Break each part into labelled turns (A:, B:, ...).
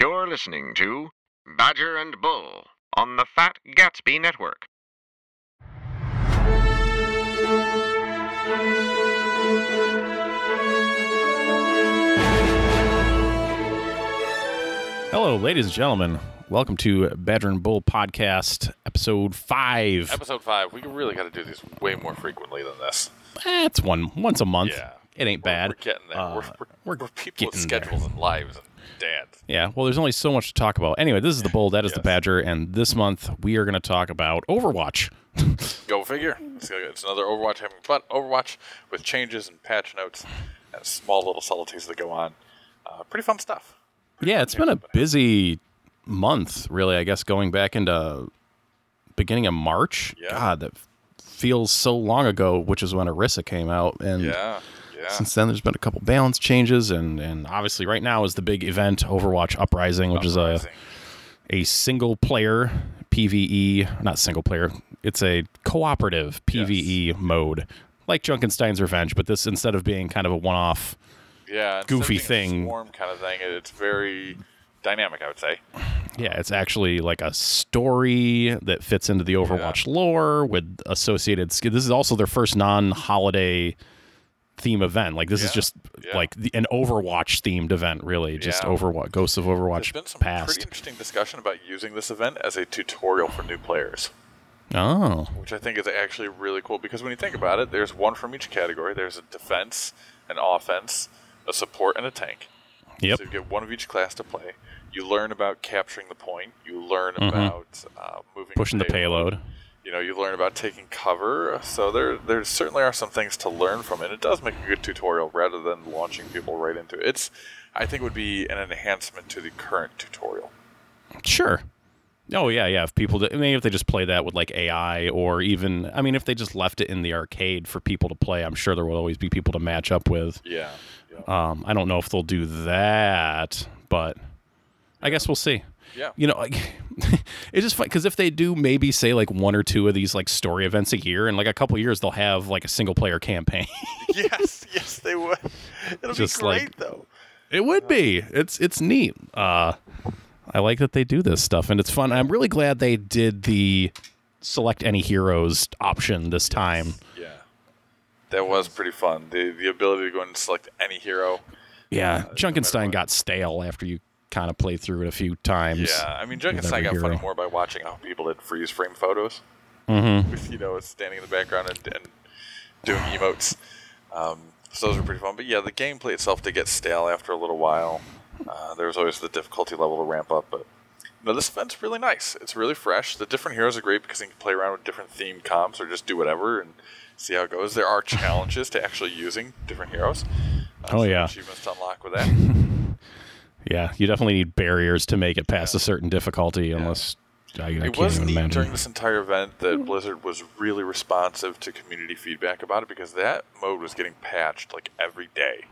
A: You're listening to Badger and Bull on the Fat Gatsby Network.
B: Hello, ladies and gentlemen. Welcome to Badger and Bull Podcast, episode five.
C: Episode five. We really got to do these way more frequently than this.
B: Eh, it's one once a month.
C: Yeah.
B: It ain't
C: We're-
B: bad.
C: We're getting there.
B: Uh,
C: we're, we're,
B: we're
C: we're people with
B: getting there.
C: schedules and lives and dads.
B: Yeah. Well, there's only so much to talk about. Anyway, this is the Bull. That is the
C: Yes.
B: Badger, and this month we are going to talk about Overwatch.
C: Go figure. It's, it's another Overwatch having fun. Overwatch with changes and patch notes and small little subtleties that go on. Uh, pretty fun stuff.
B: Yeah, it's been a busy month, really. I guess going back into beginning of March.
C: Yeah.
B: God, that feels so long ago, which is when Arissa came out, and
C: Yeah. Yeah.
B: since then there's been a couple balance changes and and obviously right now is the big event overwatch uprising which is
C: Amazing.
B: a a single player pve not single player it's a cooperative pve mode like junkenstein's revenge but this instead of being kind of a one-off
C: yeah. instead of
B: goofy
C: being a
B: thing.
C: Swarm kind of thing. It's very dynamic, I would say.
B: yeah it's actually like a story that fits into the overwatch lore with associated sk- this is also their first non-holiday theme event like this is
C: Yeah.
B: just
C: Yeah.
B: like the, an overwatch themed event really just
C: Yeah.
B: overwatch ghosts of
C: There's
B: overwatch
C: been some
B: past
C: pretty interesting discussion about using this event as a tutorial for new players.
B: Oh,
C: which I think is actually really cool because when you think about it, there's one from each category. There's a defense, an offense, a support, and a tank.
B: yep.
C: So you get one of each class to play. You learn about capturing the point. You learn about uh, moving,
B: Mm-hmm. Pushing the payload.
C: You know, you learn about taking cover. So there, there certainly are some things to learn from it. It does make a good tutorial rather than launching people right into it. It's, I think, would be an enhancement to the current tutorial.
B: Sure. Oh yeah, yeah. If people, did, I mean, if they just play that with like AI, or even, I mean, if they just left it in the arcade for people to play, I'm sure there will always be people to match up with.
C: Yeah. Yeah.
B: Um, I don't know if they'll do that, but I guess we'll see.
C: Yeah.
B: You know, like, it's just fun because if they do, maybe say like one or two of these like story events a year, and like a couple years, they'll have like a single player campaign.
C: yes. Yes, they would. It'll
B: Just
C: be great
B: like-
C: though.
B: It would be. It's it's neat. Uh, I like that they do this stuff, and it's fun. I'm really glad they did the select any heroes option this time.
C: Yeah. That was pretty fun. The the ability to go and select any hero.
B: Yeah, Junkenstein got stale after you kind of play through it a few times.
C: Yeah, I mean,
B: With every
C: Junkenstein got funny
B: hero.
C: more by watching how people did freeze frame photos.
B: Mm-hmm.
C: With you know, standing in the background and, and doing emotes. Um, so those were pretty fun. But yeah, the gameplay itself did get stale after a little while. Uh, there was always the difficulty level to ramp up, but no, this event's really nice. It's really fresh. The different heroes are great because you can play around with different themed comps or just do whatever and see how it goes. There are challenges to actually using different heroes. Uh,
B: Oh,
C: so
B: yeah.
C: achievements to unlock with that.
B: yeah. You definitely need barriers to make it past a certain difficulty, unless I, I
C: It
B: can't
C: was
B: even
C: neat
B: imagine.
C: during this entire event that Blizzard was really responsive to community feedback about it because that mode was getting patched like every day.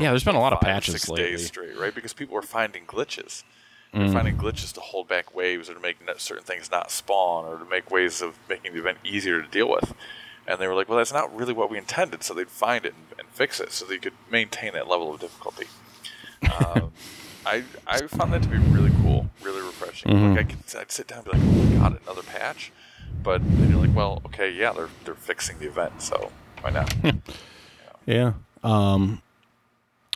B: yeah, there's been a lot of
C: Five,
B: patches
C: six
B: lately. Mm.
C: days straight, right? Because people were finding glitches. They're finding glitches to hold back waves or to make n- certain things not spawn or to make ways of making the event easier to deal with. And they were like, well, that's not really what we intended. So they'd find it and, and fix it so they could maintain that level of difficulty. Um, I, I found that to be really cool, really refreshing.
B: Mm-hmm.
C: Like I could, I'd sit down and be like, oh my god, another patch. But then you're like, well, okay, yeah, they're, they're fixing the event, so why not?
B: Yeah. Um,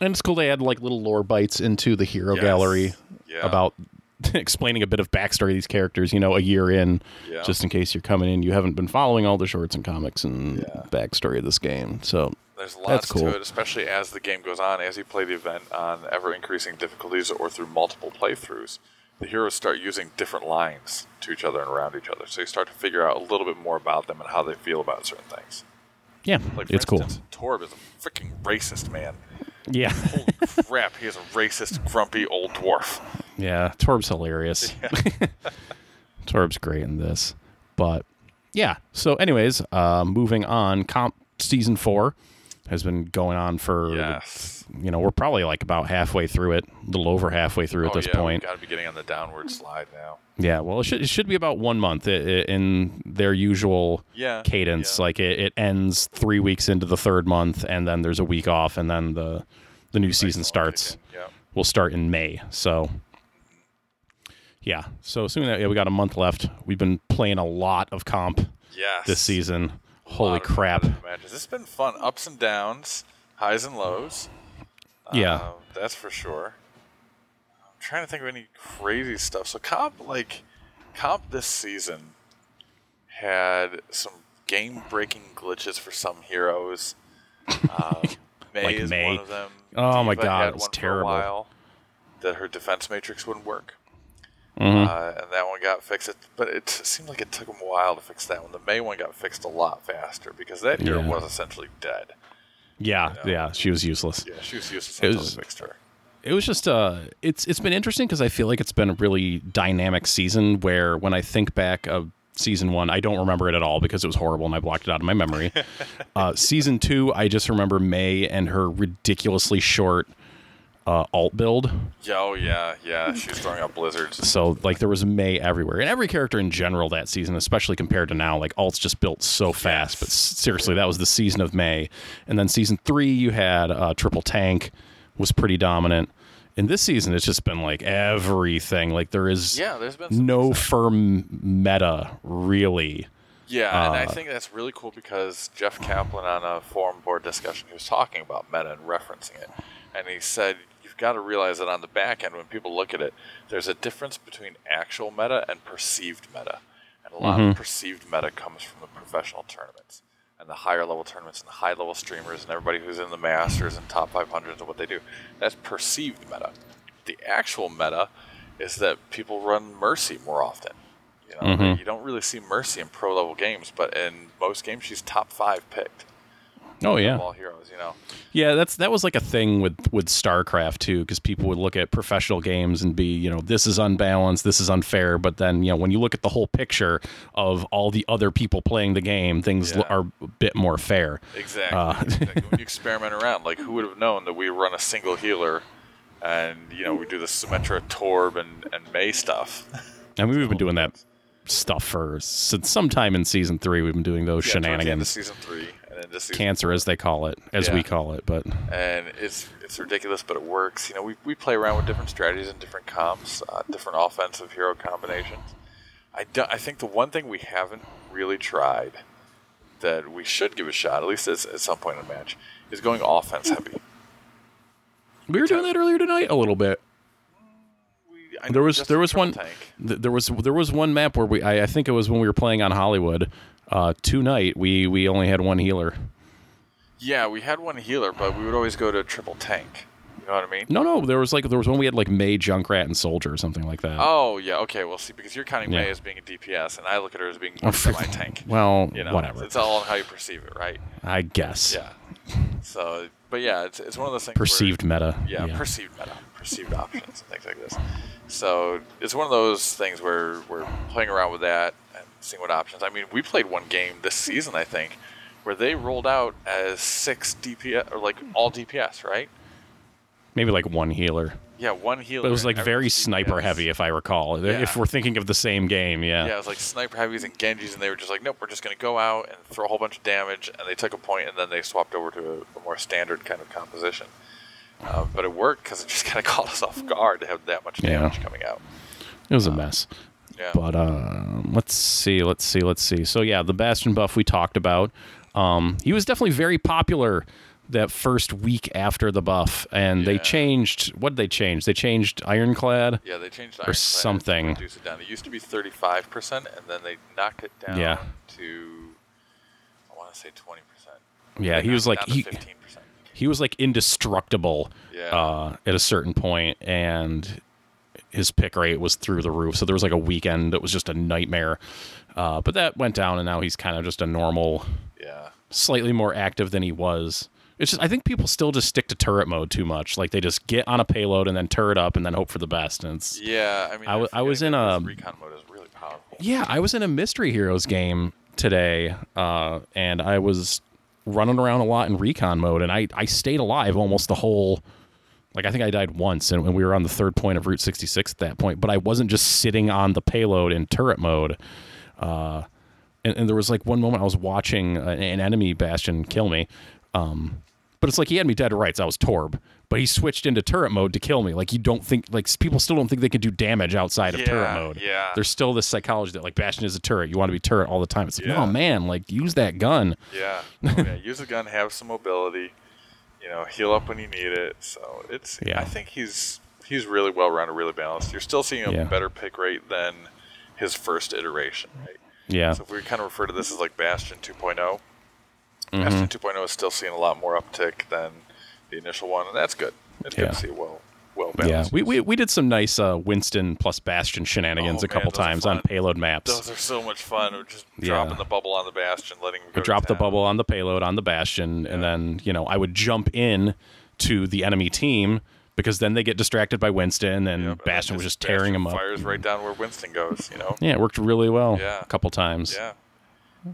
B: and it's cool they add like little lore bites into the hero
C: Yes.
B: gallery
C: Yeah.
B: about explaining a bit of backstory of these characters. You know, a year in,
C: Yeah.
B: just in case you're coming in, you haven't been following all the shorts and comics and
C: Yeah.
B: backstory of this game. So
C: There's
B: That's
C: lots
B: cool.
C: to it, especially as the game goes on, as you play the event on ever increasing difficulties or through multiple playthroughs. The heroes start using different lines to each other and around each other, so you start to figure out a little bit more about them and how they feel about certain things.
B: yeah,
C: Like, for
B: it's cool.
C: instance, Torb is a freaking racist man.
B: Yeah,
C: Holy crap, he is a racist, grumpy old dwarf.
B: yeah. Torb's hilarious. Torb's great in this, but yeah. So, anyways, uh, moving on. Comp season four has been going on for
C: Yes.
B: you know, we're probably like about halfway through it, a little over halfway through at
C: oh,
B: this
C: yeah,
B: point.
C: Got to be getting on the downward slide now.
B: Yeah, well, it should, it should be about one month i- i- in their usual
C: Yeah,
B: cadence.
C: yeah.
B: Like it, it ends three weeks into the third month, and then there's a week off, and then the the new season starts.
C: Yeah.
B: Will start in May. So yeah. So assuming that yeah, we got a month left, we've been playing a lot of comp
C: Yes.
B: this season.
C: A
B: Holy
C: lot of
B: crap!
C: competitive Matches. It's been fun. Ups and downs, highs and lows.
B: Yeah.
C: Uh, that's for sure. I'm trying to think of any crazy stuff. So comp like comp this season had some game breaking glitches for some heroes. Um, May
B: Like
C: is
B: May.
C: one of them.
B: Oh my
C: Diva
B: God,
C: had
B: it was
C: one for a
B: terrible.
C: while that her defense matrix wouldn't work.
B: Mm-hmm.
C: Uh, and that one got fixed, but it t- seemed like it took them a while to fix that one. The May one got fixed a lot faster because that hero
B: Yeah.
C: was essentially dead.
B: Yeah, yeah, she was useless.
C: Yeah, she was useless
B: It
C: until
B: was-
C: they fixed her.
B: It was just uh, it's it's been interesting because I feel like it's been a really dynamic season. Where when I think back of season one, I don't remember it at all because it was horrible and I blocked it out of my memory. uh, season two, I just remember May and her ridiculously short uh, alt build.
C: Yeah, oh yeah, yeah. She was throwing out blizzards.
B: So like there was May everywhere, and every character in general that season, especially compared to now, like alts just built so fast. But s- seriously, that was the season of May, and then season three you had uh, triple tank was pretty dominant. And this season, it's just been like everything. Like there is
C: Yeah, there's been some
B: no firm meta really.
C: Yeah, and I think that's really cool because Jeff Kaplan on a forum board discussion, he was talking about meta and referencing it. And he said, you've got to realize that on the back end, when people look at it, there's a difference between actual meta and perceived meta. And a lot of perceived meta comes from the professional tournaments and the higher level tournaments and the high level streamers and everybody who's in the Masters and top 500s and what they do. That's perceived meta. The actual meta is that people run Mercy more often. You know,
B: Mm-hmm.
C: you don't really see Mercy in pro level games, but in most games, she's top five picked
B: Oh
C: of
B: yeah,
C: all heroes. You know,
B: yeah. That's that was like a thing with with StarCraft too, because people would look at professional games and be, you know, this is unbalanced, this is unfair. But then, you know, when you look at the whole picture of all the other people playing the game, things
C: Yeah.
B: l- are a bit more fair.
C: exactly.
B: Uh,
C: exactly. When you experiment around, like who would have known that we run a single healer, and you know we do the Symmetra, Torb, and and May stuff.
B: I mean, we've been doing that stuff for since sometime in season three. We've been doing those
C: Yeah, towards the end of
B: shenanigans,
C: season three, and then just season
B: cancer as they call it, as
C: Yeah.
B: we call it. But
C: and it's it's ridiculous, but it works. You know, we, we play around with different strategies and different comps, uh, different offensive hero combinations. I, do, I think the one thing we haven't really tried that we should give a shot, at least at, at some point in the match, is going offense heavy.
B: we were doing that earlier tonight a little bit.
C: We, I
B: there was
C: just
B: there was
C: triple
B: one
C: tank.
B: th- there was there was one map where we I, I think it was when we were playing on Hollywood uh tonight we we only had one healer
C: Yeah, we had one healer, but we would always go to triple tank. You know what I mean?
B: no no there was like there was one we had like May Junkrat and Soldier or something like that
C: Oh yeah, okay. Well, see, because you're counting
B: Yeah.
C: May as being a DPS, and I look at her as being
B: Oh,
C: semi tank.
B: well
C: You know,
B: whatever
C: It's all on how you perceive it, right?
B: I guess
C: Yeah. So, but yeah, it's, it's one of those things. where-
B: perceived meta
C: yeah, perceived meta, perceived options, and things like this. So it's one of those things where we're playing around with that and seeing what options. I mean, we played one game this season, I think, where they rolled out as six DPS or like all DPS, right?
B: maybe like one healer
C: Yeah, one healer.
B: but it was like
C: every
B: very
C: DPS.
B: sniper heavy if I recall
C: Yeah.
B: if we're thinking of the same game yeah
C: Yeah, it was like sniper heavies and Genjis, and they were just like, nope, we're just going to go out and throw a whole bunch of damage, and they took a point, and then they swapped over to a, a more standard kind of composition. Uh, but it worked because it just kind of caught us off guard to have that much
B: Yeah.
C: damage coming out.
B: it
C: Uh,
B: was a mess
C: Yeah.
B: But um, let's see, let's see, let's see. So yeah, the Bastion buff we talked about. Um, he was definitely very popular that first week after the buff, and they
C: Yeah.
B: changed. What did they change? They changed Ironclad.
C: yeah, they changed Ironclad to
B: something.
C: Reduce it down. It used to be 35%, and then they knocked it down
B: Yeah.
C: to, I want to say 20%.
B: Yeah, he
C: Knocked
B: was
C: it
B: like
C: down to
B: he,
C: 15%.
B: he was like indestructible
C: Yeah.
B: uh, at a certain point, and his pick rate was through the roof. So there was like a weekend that was just a nightmare. Uh, but that went down, and now he's kind of just a normal
C: Yeah.
B: slightly more active than he was. It's just I think people still just stick to turret mode too much. Like they just get on a payload and then turret up and then hope for the best. And it's
C: Yeah, I mean,
B: I wa-
C: they're
B: I was
C: forgetting
B: in um,
C: that
B: a-
C: this recon mode is really powerful.
B: yeah, I was in a mystery heroes game today, uh, and I was running around a lot in recon mode, and I I stayed alive almost the whole. Like I think I died once, and we were on the third point of Route 66 at that point. But I wasn't just sitting on the payload in turret mode. uh, and, and there was like one moment I was uh, watching an, an enemy bastion kill me, um, but it's like he had me dead to rights. I was Torb, but he switched into turret mode to kill me. Like you don't think like s- people still don't think they can do damage outside of turret
C: Yeah,
B: mode.
C: yeah.
B: There's still this psychology that like Bastion is a turret. You want to be turret all the time. It's like,
C: Yeah.
B: oh man, like use that gun.
C: Yeah. Oh, yeah. Use a gun, have some mobility, you know, heal up when you need it. So it's
B: Yeah.
C: I think he's he's really well rounded, really balanced. You're still seeing a
B: Yeah.
C: better pick rate than his first iteration, right?
B: Yeah.
C: So if we kind of refer to this as like Bastion 2.0,
B: Mm-hmm.
C: Bastion 2.0 is still seeing a lot more uptick than the initial one, and that's good. It's
B: Yeah.
C: good to see it well well
B: yeah.
C: balanced.
B: We, we we did some nice uh, Winston plus Bastion shenanigans
C: Oh,
B: a couple
C: man, those are
B: times on
C: fun.
B: payload maps.
C: Those are so much fun. We're just
B: Yeah.
C: dropping the bubble on the Bastion, letting him
B: I
C: go to
B: dropped the
C: town.
B: bubble on the payload on the bastion, and then you know I would jump in to the enemy team because then they get distracted by Winston, and
C: Yep, and then
B: Bastion was just tearing
C: Bastion
B: him up.
C: Fires right down where Winston goes, you know.
B: Yeah, it worked really well.
C: Yeah.
B: a couple times.
C: Yeah.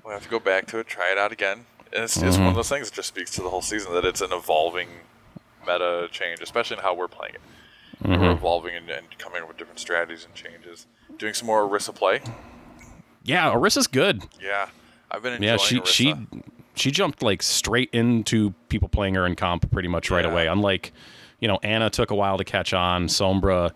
C: We'll have to go back to it, try it out again. And it's, it's
B: Mm-hmm.
C: one of those things that just speaks to the whole season that it's an evolving meta change, especially in how we're playing it.
B: Mm-hmm.
C: We're evolving and, and coming up with different strategies and changes. Doing some more Orisa play.
B: yeah. Orissa's good.
C: Yeah. I've been enjoying
B: Yeah, she
C: Orisa.
B: she she jumped like straight into people playing her in comp pretty much right
C: Yeah.
B: away. Unlike you know Anna took a while to catch on. Sombra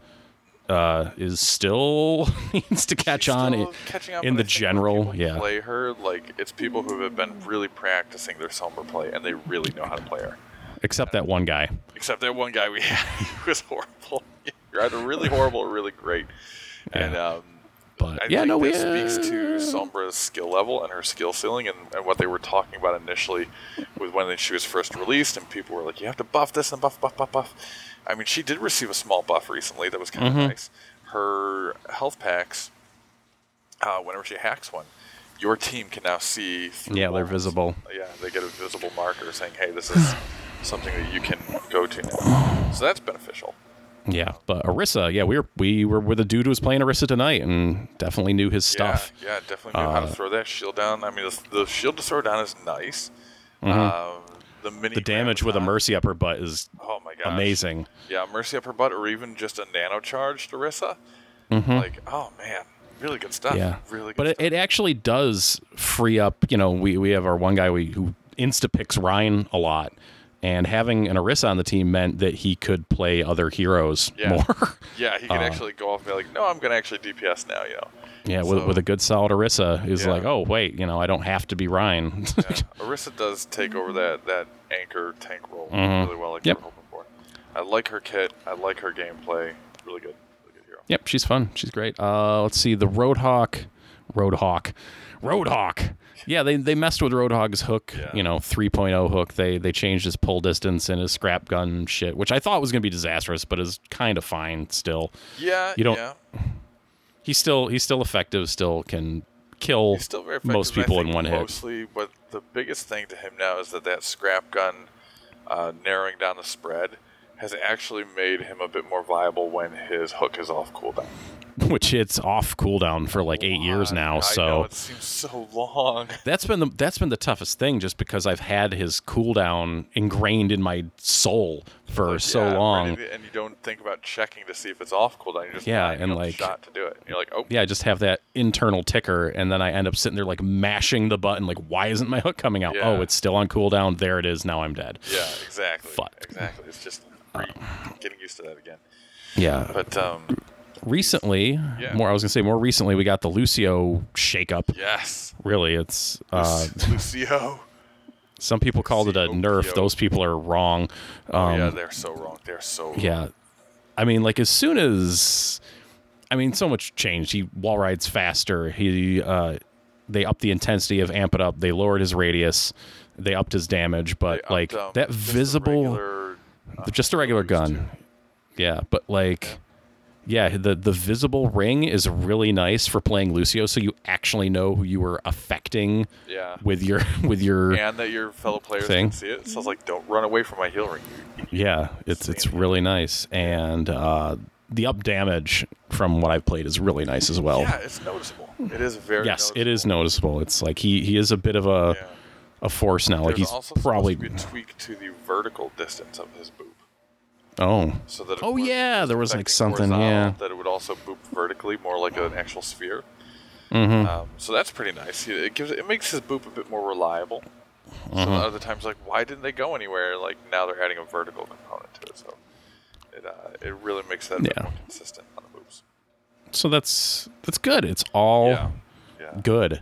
B: uh, is still needs to catch
C: She's
B: on. e-,
C: still
B: It-
C: catching up,
B: in
C: but I
B: the
C: think when
B: general,
C: people
B: yeah.
C: Play her like it's people who have been really practicing their somber play and they really know how to play her.
B: except that one guy.
C: except that one guy we had who was horrible. You're either really horrible or really great. And um,
B: But-
C: I
B: yeah,
C: think
B: no, we- uh,
C: that speaks to Sombra's skill level and her skill ceiling and, and what they were talking about initially with when she was first released and people were like, you have to buff this and buff, buff, buff, buff. I mean, she did receive a small buff recently that was kind of
B: Mm-hmm.
C: nice. Her health packs, uh, whenever she hacks one, your team can now see. through
B: Yeah, they're
C: walls.
B: visible.
C: Yeah, they get a visible marker saying, "Hey, this is something that you can go to now." So that's beneficial.
B: Yeah, but Arissa, yeah, we were we were with a dude who was playing Arissa tonight and definitely knew his stuff. Uh,
C: Yeah, yeah definitely knew how to throw that shield down. I mean, the, the shield to throw down is nice. Um, the mini
B: Mm-hmm. The damage with a
C: mercy.
B: mercy up her butt is
C: Oh my gosh.
B: amazing.
C: Yeah, mercy upper butt, or even just a nano charged Arissa. Like, oh man, really good stuff.
B: Mm-hmm. Yeah,
C: Ah, really. Good
B: but it,
C: stuff.
B: it actually does free up. You know, we we have our one guy we who insta picks Ryan a lot, and having an Arissa on the team meant that he could play other heroes
C: Yeah.
B: more.
C: yeah, he
B: uh,
C: can actually go off and be like, "No, I'm gonna actually DPS now," you know.
B: yeah, with,
C: So-
B: with a good solid Arissa is
C: Yeah.
B: like, oh wait, you know, I don't have to be Ryan.
C: Yeah, Arissa does take over that, that anchor tank role really well, like
B: Mm-hmm. Yep.
C: we were hoping for. I like her kit. I like her gameplay. Really good. Really good hero.
B: Yep, she's fun. She's great. Uh, let's see, the Roadhawk, Roadhawk, Roadhawk. Yeah, they, they messed with Roadhog's hook,
C: Yeah.
B: you know, 3.0 hook. They they changed his pull distance and his scrap gun shit, which I thought was going to be disastrous, but is kind of fine still.
C: Yeah,
B: You don't-
C: yeah.
B: He's still he's still effective, still can kill
C: He's still very effective.
B: most
C: I
B: people in
C: think
B: one hit.
C: Mostly, but the biggest thing to him now is that that scrap gun uh, narrowing down the spread has actually made him a bit more viable when his hook is off cooldown.
B: Which it's off cooldown for like 8 years
C: God,
B: now,
C: I
B: so
C: know, it seems so long.
B: That's been the that's been the toughest thing, just because I've had his cooldown ingrained in my soul for so
C: Yeah,
B: long.
C: right, and you don't think about checking to see if it's off cooldown. You're just
B: Yeah,
C: not, you
B: and
C: don't
B: like-
C: shot to do it. You're like, oh,
B: yeah, I just have that internal ticker, and then I end up sitting there like mashing the button, like, why isn't my hook coming out?
C: Yeah.
B: Oh, it's still on cooldown. There it is. Now I'm dead.
C: Yeah, exactly.
B: Fuck. Uh,
C: Exactly. It's just re- getting used to that again.
B: Yeah.
C: But um,
B: Recently,
C: Yeah.
B: more I was gonna say more recently, we got the Lucio shakeup.
C: yes,
B: Really, it's uh,
C: Lucio.
B: some people called it a nerf.
C: Lucio. Oh,
B: Those people are wrong. Um,
C: yeah, they're so wrong. They're so wrong.
B: Yeah. I mean, like as soon as I mean, so much changed. He wall rides faster. He uh they upped the intensity of amp it up. They lowered his radius. They upped his damage, but
C: They
B: like
C: upped, um,
B: that
C: just the
B: visible
C: regular- uh,
B: just a regular gun. Yeah, but like yeah, the the visible ring is really nice for playing Lucio so you actually know who you were affecting
C: yeah.
B: with your with your yeah,
C: and that your fellow players
B: Thing.
C: can see it. So I was like, don't run away from my heal ring.
B: it's it's really nice and uh the up damage from what I've played is really nice as well.
C: Yeah, it's noticeable. It is very.
B: Oh. Yes,
C: noticeable.
B: it is noticeable. It's like he he is a bit of a
C: Yeah.
B: a force now. Like
C: There's
B: he's
C: also supposed
B: probably
C: to be a tweak to the vertical distance of his boop,
B: oh
C: so that it
B: Oh,
C: wasn't
B: yeah,
C: just
B: there was, like,
C: affecting
B: something,
C: horizontal,
B: yeah.
C: that it would also boop vertically, more like an actual sphere.
B: Mm-hmm.
C: Um, so that's pretty nice. It it gives it makes his boop a bit
B: Mm-hmm.
C: more reliable. So other times, like, why didn't they go anywhere? Like now they're adding a vertical component. added to it. So it uh, it really makes that a bit
B: Yeah.
C: more consistent on the moves.
B: So that's that's good. It's all
C: Yeah. Yeah.
B: good,
C: Yeah,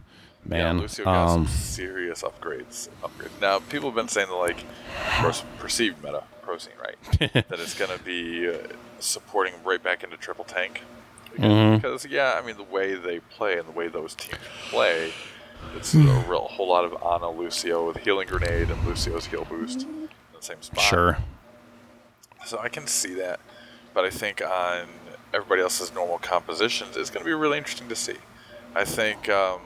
B: man.
C: Lucio got
B: um,
C: some serious upgrades. Upgrades. Now, people have been saying that, like, pers- perceived meta, pro scene, right? that it's going to be uh, supporting right back into triple tank.
B: mm-hmm.
C: Because, yeah, I mean, the way they play and the way those teams play, it's a real, whole lot of Ana Lucio with healing grenade and Lucio's heal boost in the same spot.
B: sure.
C: So I can see that, but I think on everybody else's normal compositions, it's going to be really interesting to see. I think um,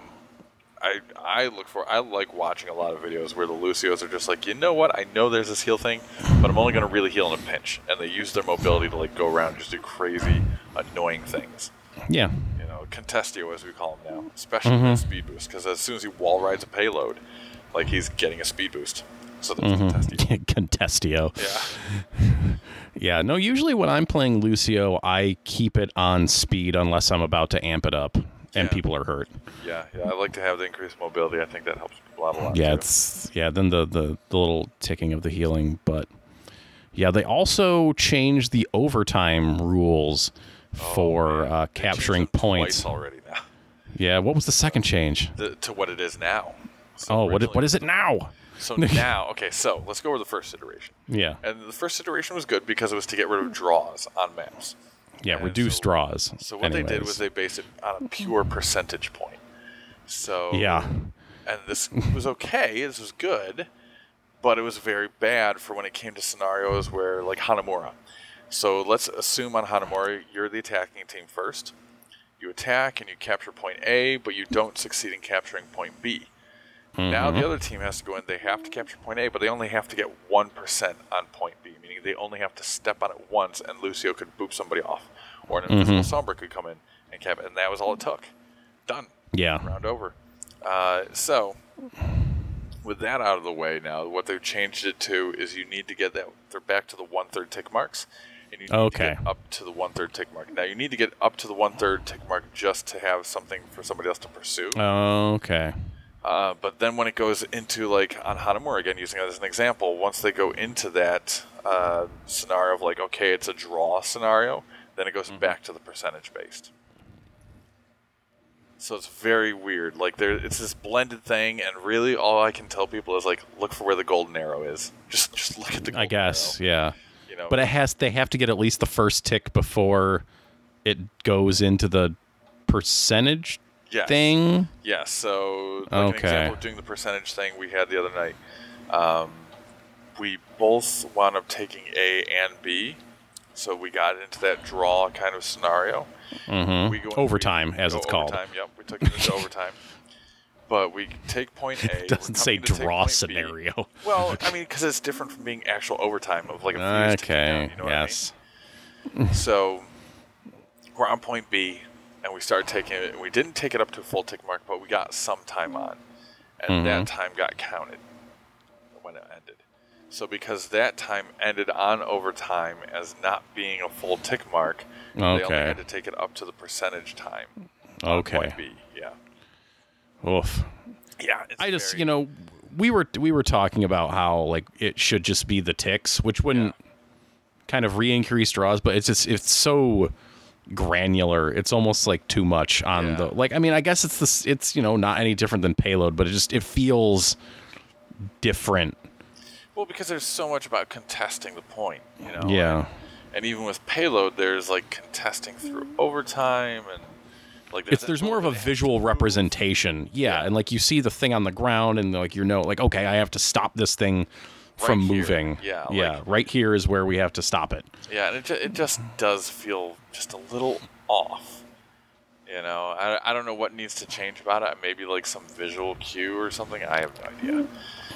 C: I I look for I like watching a lot of videos where the Lucios are just like, you know what? I know there's this heal thing, but I'm only going to really heal in a pinch, and they use their mobility to like go around and just do crazy, annoying things.
B: Yeah.
C: You know, contestio as we call him now, especially
B: Mm-hmm.
C: with speed boost, because as soon as he wall rides a payload, like he's getting a speed boost. So there's
B: Mm-hmm.
C: contestio.
B: Contestio.
C: Yeah.
B: Yeah, no, usually when I'm playing Lucio, I keep it on speed unless I'm about to amp it up and
C: Yeah.
B: people are hurt.
C: Yeah, yeah, I like to have the increased mobility. I think that helps people out a lot.
B: Yeah,
C: too.
B: it's yeah, then the, the the little ticking of the healing, but yeah, they also changed the overtime rules for uh,
C: Oh, They changed
B: capturing
C: it
B: points.
C: twice already now
B: Yeah, what was the second change?
C: the, to what it is now. So
B: Oh, what i-
C: originally-
B: what is it now?
C: So now, okay, so let's go over the first iteration.
B: Yeah.
C: And the first iteration was good because it was to get rid of draws on maps.
B: Yeah,
C: and
B: reduce
C: so-
B: draws.
C: So what they did
B: anyways.
C: was they based it on a pure percentage point. So
B: Yeah.
C: and this was okay. This was good, but it was very bad for when it came to scenarios where like Hanamura. So let's assume on Hanamura you're the attacking team first. You attack and you capture point A, but you don't succeed in capturing point B. Now the other team has to go in. They have to capture point A, but they only have to get one percent on point B, meaning they only have to step on it once, and Lucio could boop somebody off, or an invisible Sombra could come in and cap it, and that was all it took. Done
B: Yeah.
C: round over. Uh, so, with that out of the way now, what they've changed it to is you need to get that they're back to the one third tick marks, and you need
B: Okay.
C: to get up to the one third tick mark. Now you need to get up to the one third tick mark just to have something for somebody else to pursue.
B: Okay.
C: Uh, but then when it goes into like on Hanamura again, using that as an example, once they go into that uh, scenario of like okay, it's a draw scenario, then it goes
B: Mm-hmm.
C: back to the percentage based. So it's very weird. Like there, it's this blended thing, and really all I can tell people is like look for where the golden arrow is. Just just look at the.
B: I
C: golden
B: guess.
C: arrow,
B: Yeah.
C: you know.
B: But it has they have to get at least the first tick before it goes into the percentage
C: Yes.
B: thing.
C: Yeah, so like an
B: Okay.
C: example of doing the percentage thing we had the other night, um, we both wound up taking A and B, so we got into that draw kind of scenario.
B: hmm
C: We go in-
B: Overtime, as
C: go
B: it's called.
C: Overtime, yep, we took it into overtime. But we take point A.
B: It
C: we're
B: doesn't say
C: coming to take
B: draw
C: point B.
B: scenario.
C: Well, I mean, because it's different from being actual overtime of like a fuse ticking down,
B: Okay.
C: you know what I mean?
B: yes.
C: So we're on point B, and we started taking it. We didn't take it up to a full tick mark, but we got some time on, and
B: Mm-hmm.
C: that time got counted when it ended. So because that time ended on overtime as not being a full tick mark, they only
B: Okay.
C: had to take it up to the percentage time. Point
B: Okay.
C: B, yeah,
B: Oof.
C: yeah. It's
B: I just
C: very-
B: you know we were we were talking about how like it should just be the ticks, which wouldn't kind of re-increase draws, but it's just it's so granular. It's almost like too much on
C: Yeah.
B: the like. I mean, I guess it's this. It's you know not any different than payload, but it just it feels different.
C: well because there's so much about contesting the point, you know.
B: yeah.
C: and even with payload, there's like contesting through overtime and like
B: It's, there's more of a visual representation, yeah, and like you see the thing on the ground, and like you know, like okay, I have to stop this thing from
C: Right here.
B: moving.
C: Yeah,
B: yeah,
C: like-
B: right here is where we have to stop it.
C: Yeah, and it, ju- it just does feel just a little off. You know, I, I don't know what needs to change about it. Maybe like some visual cue or something. I have no idea.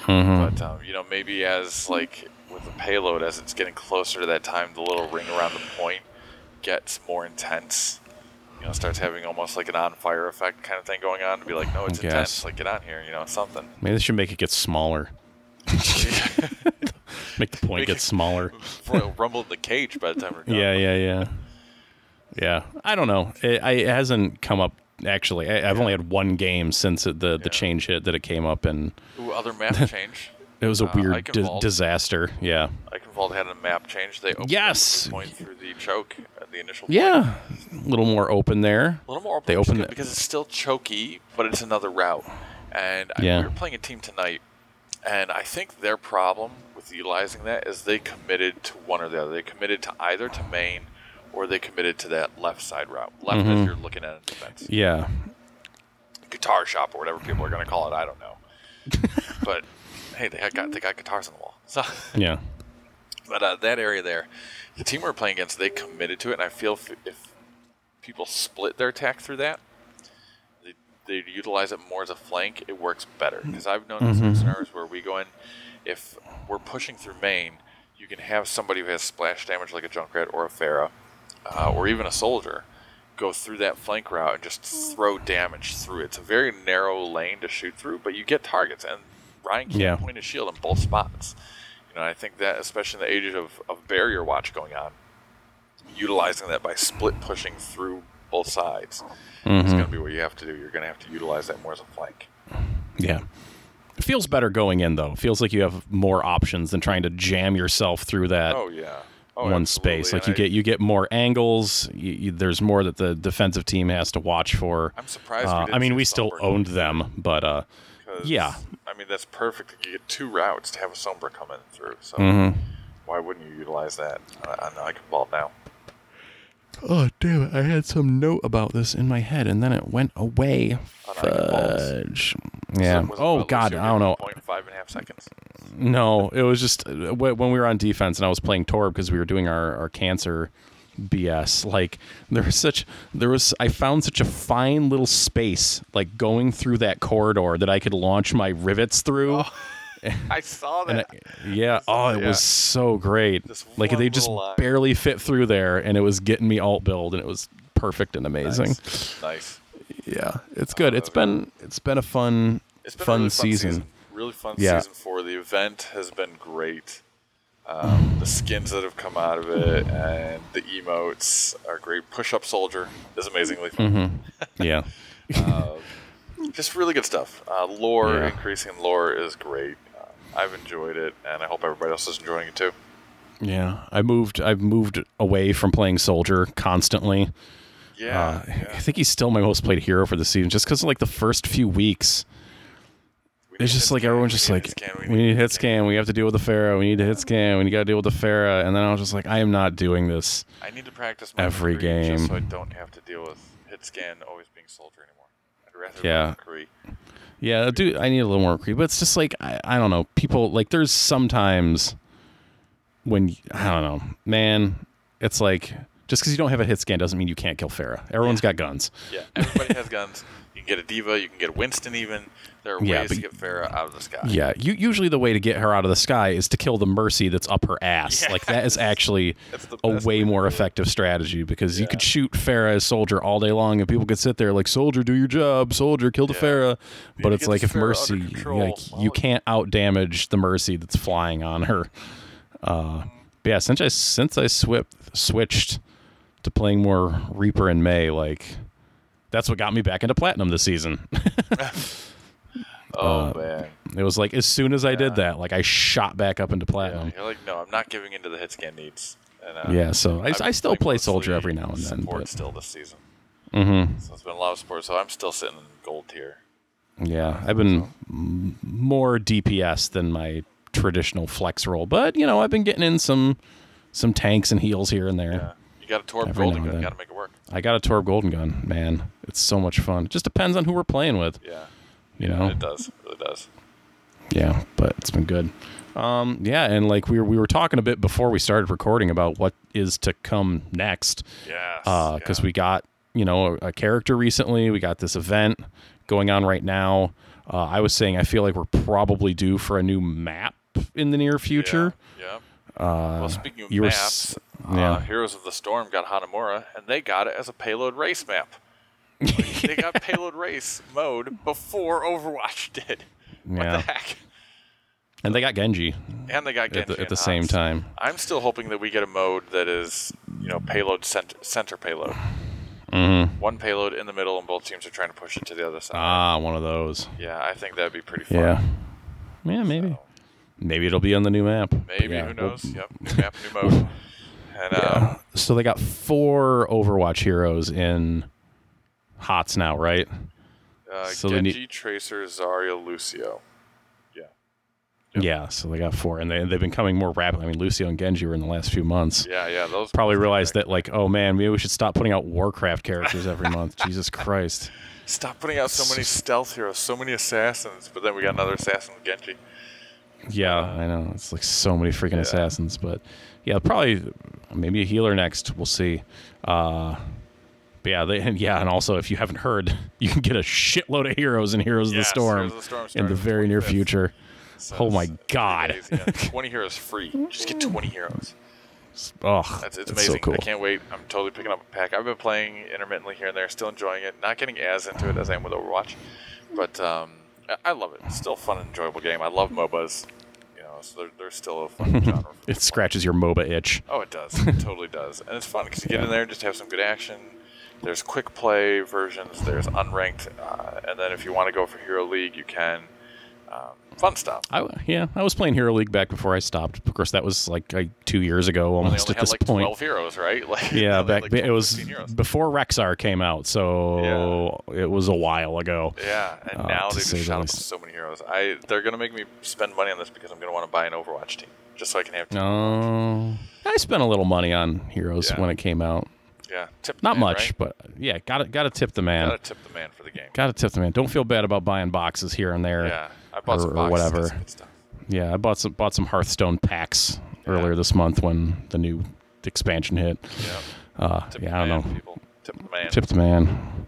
C: But um, you know, maybe as like with the payload, as it's getting closer to that time, the little ring around the point gets more intense. You know, starts having almost like an on fire effect kind of thing going on to be like, no, it's
B: I guess.
C: intense. Like get on here, you know, something.
B: Maybe they should make it get smaller. make the point
C: Make
B: get
C: it-
B: smaller.
C: Royal rumbled the cage by the time we're done.
B: Yeah, yeah, yeah. Yeah. I don't know. It, I, it hasn't come up actually. I, I've only had one game since it, the the change hit that it came up and
C: Ooh, other map change.
B: It was a
C: Uh,
B: weird
C: Ike
B: di-
C: involved.
B: disaster. Yeah.
C: Eichenwald had a map change. They opened
B: Yes!
C: up the Oh, point through the choke, uh, the initial. Point.
B: Yeah. A little more open there.
C: A little more open.
B: They
C: which is
B: opened
C: good
B: it-
C: because it's still choky, but it's another route. And I,
B: Yeah.
C: we were playing a team tonight, and I think their problem with utilizing that is they committed to one or the other. They committed to either to main, or they committed to that left side route, left
B: Mm-hmm.
C: as you're looking at a defense
B: Yeah.
C: guitar shop or whatever people are going to call it. I don't know. but hey, they got they got guitars on the wall. So.
B: Yeah.
C: But uh, that area there, the team we're playing against, they committed to it, and I feel if, if people split their attack through that, they, they utilize it more as a flank. It works better because I've known in certain scenarios where we go in, if we're pushing through main, you can have somebody who has splash damage like a Junkrat or a Pharaoh, uh, or even a soldier, go through that flank route and just throw damage through. It's a very narrow lane to shoot through, but you get targets, and Ryan can't
B: Yeah.
C: point his shield in both spots. You know, I think that, especially in the ages of, of barrier watch going on, utilizing that by split pushing through both sides is
B: Mm-hmm.
C: going to be what you have to do. You're going to have to utilize that more as a flank.
B: Yeah. It feels better going in though. It feels like you have more options than trying to jam yourself through that
C: Oh yeah, oh,
B: one space.
C: absolutely.
B: Like you
C: And I-
B: get you get more angles. You, you, there's more that the defensive team has to watch for.
C: I'm surprised.
B: Uh,
C: we didn't
B: I mean,
C: see
B: we still
C: Sombra,
B: owned them, but uh,
C: 'cause,
B: yeah.
C: I mean that's perfect. You get two routes to have a Sombra come in through. So
B: Mm-hmm.
C: why wouldn't you utilize that on the Icon Ball now?
B: Oh damn it! I had some note about this in my head, and then it went away.
C: I like the balls.
B: Fudge. Yeah.
C: So was it
B: oh
C: about
B: god,
C: Lucio
B: I don't
C: getting
B: know.
C: Point five and a half seconds.
B: No, it was just uh, wh- when we were on defense, and I was playing Torb because we were doing our our cancer BS. Like there was such there was I found such a fine little space like going through that corridor that I could launch my rivets through.
C: I saw
B: And I,
C: that.
B: yeah, oh, it
C: Oh. Yeah.
B: was so great.
C: This
B: Like
C: one
B: they just
C: little line.
B: barely fit through there, and it was getting me alt build, and it was perfect and amazing.
C: nice.
B: Yeah, it's good. It's been it's been a fun
C: It's been a
B: fun,
C: really fun
B: season.
C: Really fun
B: Yeah.
C: season for the event has been great. Um, the skins that have come out of it and the emotes are great. Push up soldier is amazingly fun.
B: Yeah,
C: Just really good stuff. Uh, lore
B: Yeah.
C: increasing lore is great. Uh, I've enjoyed it, and I hope everybody else is enjoying it too.
B: yeah. I moved I've moved away from playing soldier constantly.
C: Yeah,
B: Uh, I
C: yeah.
B: think he's still my most played hero for the season, just because like the first few weeks,
C: We
B: it's
C: need
B: just
C: to
B: like
C: scan,
B: everyone's
C: we
B: just
C: need
B: like
C: to scan,
B: we need a hit scan, we have to deal with the pharaoh, we need a hit scan, we got to deal with the pharaoh, and then I was just like, I am not doing this.
C: I need to practice my
B: every
C: McCree
B: game.
C: just so I don't have to deal with hit scan always being soldier anymore. I'd rather be
B: Yeah.
C: McCree.
B: Yeah, dude, I need a little more creep, but it's just like I, I don't know. People like there's sometimes when y- I don't know, man. It's like just because you don't have a hit scan doesn't mean you can't kill Farah. Everyone's got guns.
C: Yeah, everybody has guns. You can get a diva. You can get a Winston. Even there are
B: Yeah,
C: ways
B: but-
C: to get Farah out of the sky.
B: Yeah, you, usually the way to get her out of the sky is to kill the mercy that's up her ass. Like that is actually
C: That's the
B: a
C: best
B: way
C: way
B: more effective strategy because you could shoot Farah as soldier all day long, and people could sit there like soldier, do your job, soldier, kill the Farah. But
C: you
B: it's
C: get
B: like
C: the
B: if
C: Pharah
B: mercy,
C: under control,
B: like you
C: wow.
B: can't out damage the mercy that's flying on her. Uh, but yeah, since I since I swip, switched to playing more Reaper in May, like that's what got me back into platinum this season. uh,
C: Oh man.
B: It was like as soon as I did that, like I shot back up into platinum.
C: You're like, no, I'm not giving into the hit scan needs. And, uh,
B: um, Yeah, so I,
C: I've
B: I
C: been
B: still
C: playing
B: play
C: mostly
B: soldier every now and then.
C: Support
B: But
C: still this season. Mm-hmm. So it's been a lot of support. So I'm still sitting in gold tier.
B: yeah, I've been m- more DPS than my traditional flex role, but you know I've been getting in some some tanks and heals here and there.
C: Uh, you got a Torb
B: Every now
C: Golden
B: and
C: Gun. You
B: then.
C: got to make it work.
B: I got a Torb Golden Gun, man. It's so much fun. It just depends on who we're playing with,
C: Yeah.
B: you know.
C: It does. It really does.
B: Yeah, but it's been good. Um, yeah, and like we were, we were talking a bit before we started recording about what is to come next.
C: Yes,
B: Uh, because
C: yeah.
B: we got you know a, a character recently. We got this event going on right now. Uh, I was saying I feel like we're probably due for a new map in the near future.
C: Yeah. yeah. well, speaking of
B: uh, you were
C: maps,
B: s- yeah.
C: uh, Heroes of the Storm got Hanamura, and they got it as a payload race map. Like, they got payload race mode before Overwatch did. What
B: Yeah.
C: the heck?
B: And they got Genji
C: And they got Genji
B: at the, at
C: and
B: the same
C: Hans.
B: time.
C: I'm still hoping that we get a mode that is, you know, payload center, center payload.
B: Mm-hmm.
C: One payload in the middle, and both teams are trying to push it to the other side.
B: Ah, one of those.
C: yeah, I think that'd be pretty fun.
B: Yeah. Yeah, maybe. Maybe it'll be on the new map. But
C: Maybe
B: yeah,
C: who
B: we'll-
C: knows? Yep, new map, new mode. And uh,
B: yeah. So they got four Overwatch heroes in HOTS now, right?
C: uh,
B: So they
C: Genji,
B: need-
C: Tracer, Zarya, Lucio. Yep.
B: Yeah. So they got four, and they they've been coming more rapidly. I mean, Lucio and Genji were in the last few months.
C: Yeah, yeah, those
B: Probably realized that, like, oh man, maybe we should stop putting out Warcraft characters every month. Jesus Christ.
C: Stop putting out so many stealth heroes, so many assassins. But then we got another assassin with Genji.
B: Yeah, I know. It's like so many freaking assassins, but yeah, probably maybe a healer next. We'll see. Uh but yeah, they, and yeah, and also if you haven't heard, you can get a shitload of heroes and Heroes
C: Yes,
B: of the Storm,
C: Heroes of the Storm
B: in
C: starting
B: the
C: on the
B: very near
C: 25th.
B: future.
C: So
B: Oh my
C: it's three
B: God.
C: days, yeah. Twenty heroes free. Just get twenty heroes.
B: Oh,
C: That's
B: that's,
C: it's
B: so
C: amazing.
B: cool.
C: I can't wait. I'm totally picking up a pack. I've been playing intermittently here and there, still enjoying it. Not getting as into it as I am with Overwatch, but um, I- I love it. It's still a fun, and enjoyable game. I love MOBAs. You know, so they're, they're still a fun genre. for me.
B: It scratches your MOBA itch.
C: Oh, it does. It totally does. And it's fun because you get in there and just have some good action. There's quick play versions. There's unranked, uh, and then if you want to go for Hero League, you can. Um, fun stuff.
B: I, yeah, I was playing Hero League back before I stopped. Of course, that was like, like two years ago
C: Well, they
B: almost
C: only
B: at
C: had
B: this
C: like
B: point.
C: twelve heroes, right? Like
B: yeah,
C: they
B: back
C: had, like,
B: it
C: 12,
B: was
C: 15 heroes.
B: before Rexar came out, so it was a while ago.
C: Yeah, and
B: Uh,
C: now
B: to
C: they
B: say
C: just
B: the
C: shot up
B: least.
C: so many heroes. I they're gonna make me spend money on this because I'm gonna want to buy an Overwatch team just so I can have. Two.
B: No. Oh, I spent a little money on Heroes
C: Yeah.
B: when it came out.
C: Yeah, tip. the
B: Not
C: man,
B: much,
C: right?
B: but yeah, got to got to tip the man.
C: Gotta tip the man for the game.
B: Got to tip the man. Don't feel bad about buying boxes here and there.
C: yeah, I bought
B: or-
C: some
B: or
C: boxes. got
B: whatever.
C: some good stuff.
B: Yeah, I bought some bought some Hearthstone packs earlier this month when the new expansion hit.
C: Yeah,
B: Uh,
C: tip
B: yeah,
C: the
B: I
C: man,
B: don't know.
C: People. Tip the man.
B: Tip the man.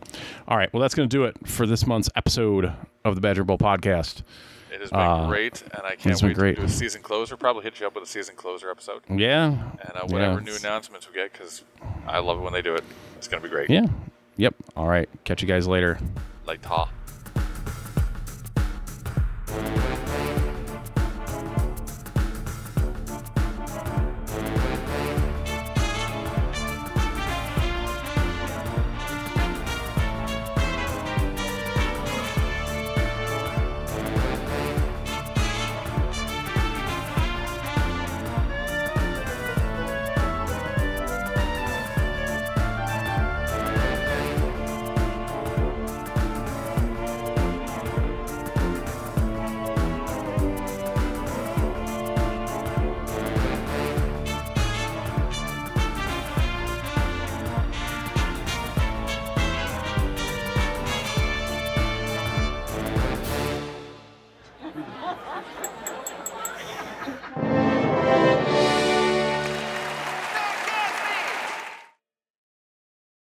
B: All right, well that's going to do it for this month's episode of the Badger Bowl podcast.
C: It has been
B: Uh,
C: great, and I can't
B: been
C: wait
B: great.
C: to do a season closer. Probably hit you up with a season closer episode, and
B: Yeah.
C: uh, whatever
B: yeah.
C: new announcements we get, because I love it when they do it. It's gonna be great.
B: Yeah. Yep. All right. Catch you guys later.
C: Like ta.